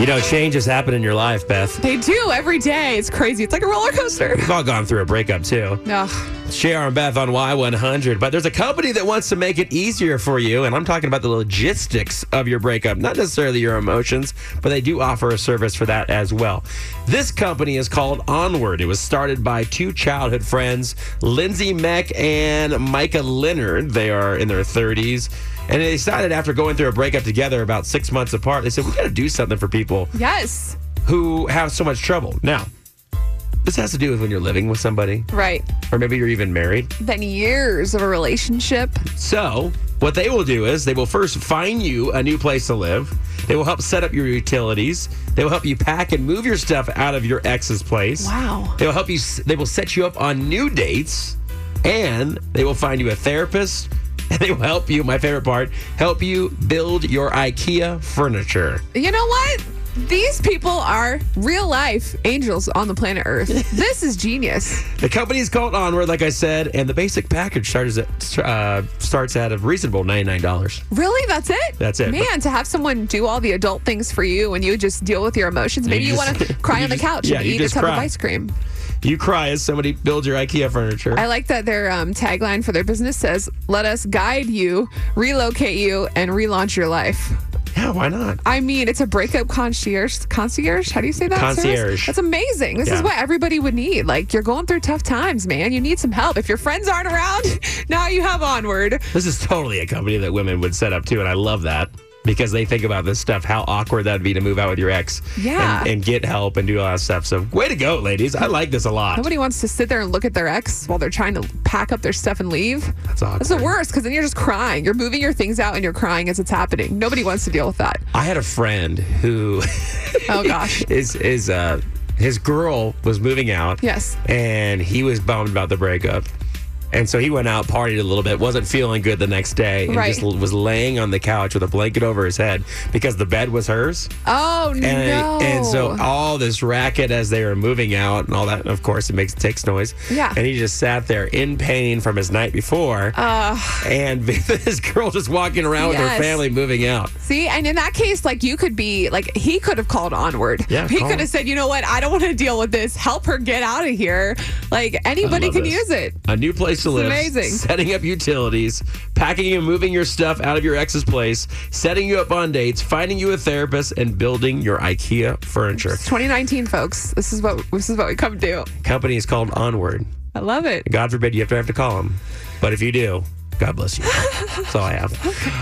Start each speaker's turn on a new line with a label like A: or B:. A: You know, changes happen in your life, Beth.
B: They do every day. It's crazy. It's like a roller coaster.
A: We've all gone through a breakup, too.
B: Ugh.
A: It's JR and Beth on Y100. But there's a company that wants to make it easier for you. And I'm talking about the logistics of your breakup, not necessarily your emotions, but they do offer a service for that as well. This company is called Onward. It was started by two childhood friends, Lindsay Meck and Micah Leonard. They are in their 30s. And they decided after going through a breakup together about six months apart, they said, we got to do something for people
B: Yes.
A: who have so much trouble. Now, this has to do with when you're living with somebody,
B: Right.
A: or maybe you're even married.
B: Then years of a relationship.
A: So, what they will do is they will first find you a new place to live. They will help set up your utilities. They will help you pack and move your stuff out of your ex's place.
B: Wow.
A: They will help you they will set you up on new dates and they will find you a therapist and they will help you, my favorite part, help you build your IKEA furniture.
B: You know what? These people are real life angels on the planet Earth. this is genius.
A: The company is called Onward, like I said, and the basic package starts at uh, starts at a reasonable ninety nine dollars.
B: Really? That's it?
A: That's it.
B: Man, to have someone do all the adult things for you and you just deal with your emotions. Maybe you,
A: just-
B: want to cry
A: you
B: on the
A: just-
B: couch
A: yeah,
B: and
A: you
B: eat a
A: just
B: tub of
A: cry.
B: ice cream.
A: You cry as somebody builds your IKEA furniture.
B: I like that their um, tagline for their business says, let us guide you, relocate you, and relaunch your life.
A: yeah, why not?
B: I mean, it's a breakup concierge. Concierge? How do you say that? service?
A: Concierge.
B: That's amazing. This
A: Yeah.
B: is what everybody would need. Like, you're going through tough times, man. You need some help. If your friends aren't around, now you have Onward.
A: This is totally a company that women would set up too, and I love that because they think about this stuff, how awkward that'd be to move out with your ex
B: Yeah.
A: and, and get help and do all that stuff. So way to go, ladies. I like this a lot.
B: Nobody wants to sit there and look at their ex while they're trying to pack up their stuff and leave.
A: That's awkward.
B: That's the worst because then you're just crying. You're moving your things out and you're crying as it's happening. Nobody wants to deal with that.
A: I had a friend who
B: Oh, gosh.
A: is is uh his girl was moving out.
B: Yes.
A: And he was bummed about the breakup. And so he went out, partied a little bit, wasn't feeling good the next day, and
B: Right.
A: just l- was laying on the couch with a blanket over his head because the bed was hers.
B: Oh,
A: And,
B: no.
A: and so all this racket as they were moving out and all that, of course, it makes takes noise.
B: Yeah.
A: And he just sat there in pain from his night before. and this girl just walking around with
B: Yes.
A: her family moving out.
B: See, and in that case, like you could be like he could have called onward.
A: Yeah,
B: he
A: call
B: could
A: him.
B: have said, you know what, I don't want to deal with this. Help her get out of here. Like anybody
A: love
B: can
A: this.
B: use it.
A: A new place to live.
B: amazing.
A: Setting up utilities, packing and moving your stuff out of your ex's place, setting you up on dates, finding you a therapist, and building your IKEA furniture.
B: 2019, folks. This is what this is what we come to.
A: Company is called Onward.
B: I love it.
A: God forbid you have to have to call them, but if you do, God bless you. That's all I have.